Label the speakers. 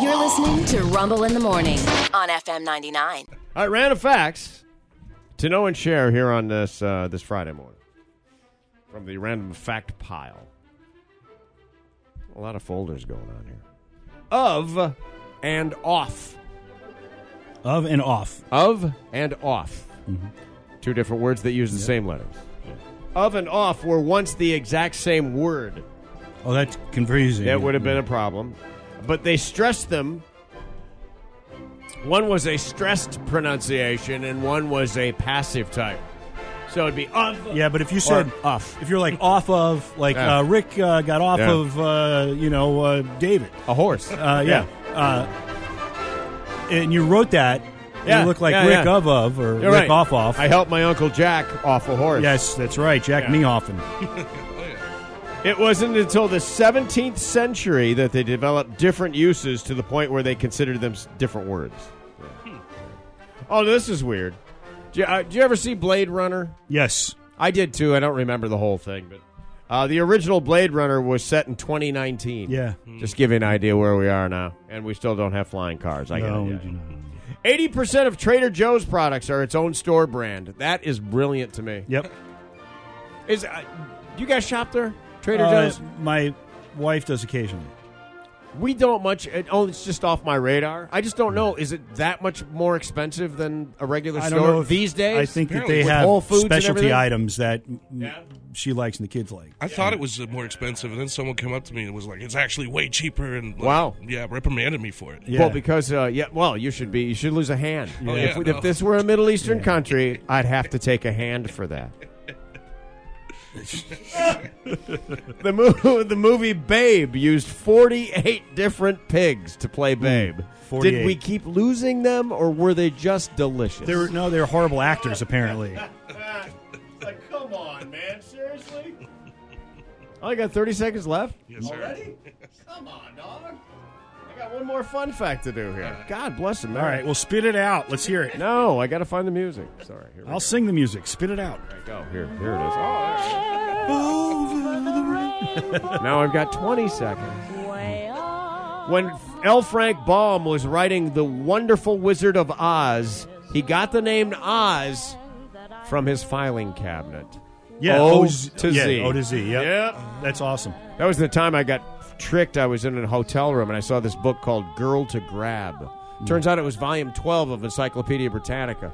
Speaker 1: You're listening to Rumble in the Morning on FM 99.
Speaker 2: All right, random facts to know and share here on this uh, this Friday morning from the random fact pile. A lot of folders going on here. Of and off.
Speaker 3: Of and off.
Speaker 2: Of and off. Two different words that use the same letters. Of and off were once the exact same word.
Speaker 3: Oh, that's confusing.
Speaker 2: That would have been a problem. But they stressed them. One was a stressed pronunciation and one was a passive type. So it'd be of.
Speaker 3: Yeah, but if you said
Speaker 2: Or off.
Speaker 3: if you're like off of, like
Speaker 2: Yeah.
Speaker 3: uh, Rick uh, got off
Speaker 2: Yeah.
Speaker 3: of, uh, you know, uh, David.
Speaker 2: A horse.
Speaker 3: Uh, yeah. Uh, and you wrote that. and
Speaker 2: Yeah,
Speaker 3: You look like
Speaker 2: yeah,
Speaker 3: Rick
Speaker 2: yeah.
Speaker 3: of of or
Speaker 2: You're
Speaker 3: Rick
Speaker 2: right.
Speaker 3: off off.
Speaker 2: I helped my Uncle Jack off a horse.
Speaker 3: yes, that's right, Jack Mehoffen.
Speaker 2: It wasn't until the 17th century that they developed different uses to the point where they considered them s- different words.
Speaker 3: Hmm.
Speaker 2: Oh, this is weird. Do you, uh, do you ever see Blade Runner?
Speaker 3: Yes.
Speaker 2: I did too. I don't remember the whole thing, but uh, the original Blade Runner was set in 2019.
Speaker 3: Yeah.
Speaker 2: Just give you an idea where we are now, and we still don't have flying cars. I
Speaker 3: No,
Speaker 2: get it.
Speaker 3: we
Speaker 2: yeah.
Speaker 3: do not.
Speaker 2: Eighty percent of Trader Joe's products are its own store brand. That is brilliant to me.
Speaker 3: Yep.
Speaker 2: Is uh, do you guys shop there, Trader
Speaker 3: Uh,
Speaker 2: Joe's?
Speaker 3: My wife does occasionally.
Speaker 2: We don't much. It, oh, it's just off my radar. I just don't know. Is it that much more expensive than a regular
Speaker 3: I
Speaker 2: store
Speaker 3: don't know if,
Speaker 2: these days?
Speaker 3: I think that
Speaker 2: Apparently.
Speaker 3: they
Speaker 2: With
Speaker 3: have
Speaker 2: Whole Foods and
Speaker 3: specialty
Speaker 2: everything?
Speaker 3: items that mm,
Speaker 2: Yeah.
Speaker 3: she likes and the kids like.
Speaker 4: I thought it was uh, more expensive, and then someone came up to me and was like, "It's actually way cheaper." And like,
Speaker 2: Wow.
Speaker 4: yeah, reprimanded me for it.
Speaker 3: Yeah.
Speaker 2: Well, because uh, yeah, well, you should be. You should lose a hand.
Speaker 4: Oh,
Speaker 2: if,
Speaker 4: yeah,
Speaker 2: if
Speaker 4: no.
Speaker 2: this were a Middle Eastern country, I'd have to take a hand for that. the, mo- the movie Babe used 48 different pigs to play Babe. Did
Speaker 3: 48.
Speaker 2: we keep losing them, or were they just delicious?
Speaker 3: They were no, they're horrible actors apparently.
Speaker 2: like, come on, man, seriously? I got 30 seconds left.
Speaker 4: Yes, sir.
Speaker 2: Come on, dog. I got one more fun fact to do here. God bless him.
Speaker 3: All right, well spit it out. Let's hear it.
Speaker 2: No, I got to find the music. Sorry, here we
Speaker 3: I'll sing the music. Spit it out.
Speaker 2: go. Here, here it is. now I've got 20 seconds. When L. Frank Baum was writing The Wonderful Wizard of Oz, he got the name Oz from his filing cabinet.
Speaker 3: Yeah,
Speaker 2: O
Speaker 3: O's-
Speaker 2: Oh, to
Speaker 3: yeah,
Speaker 2: Z.
Speaker 3: O to Z. Yep.
Speaker 2: Yep.
Speaker 3: That's awesome.
Speaker 2: That was the time I got tricked. I was in a hotel room and I saw this book called Girl to Grab. Turns out it was volume 12 of Encyclopedia Britannica.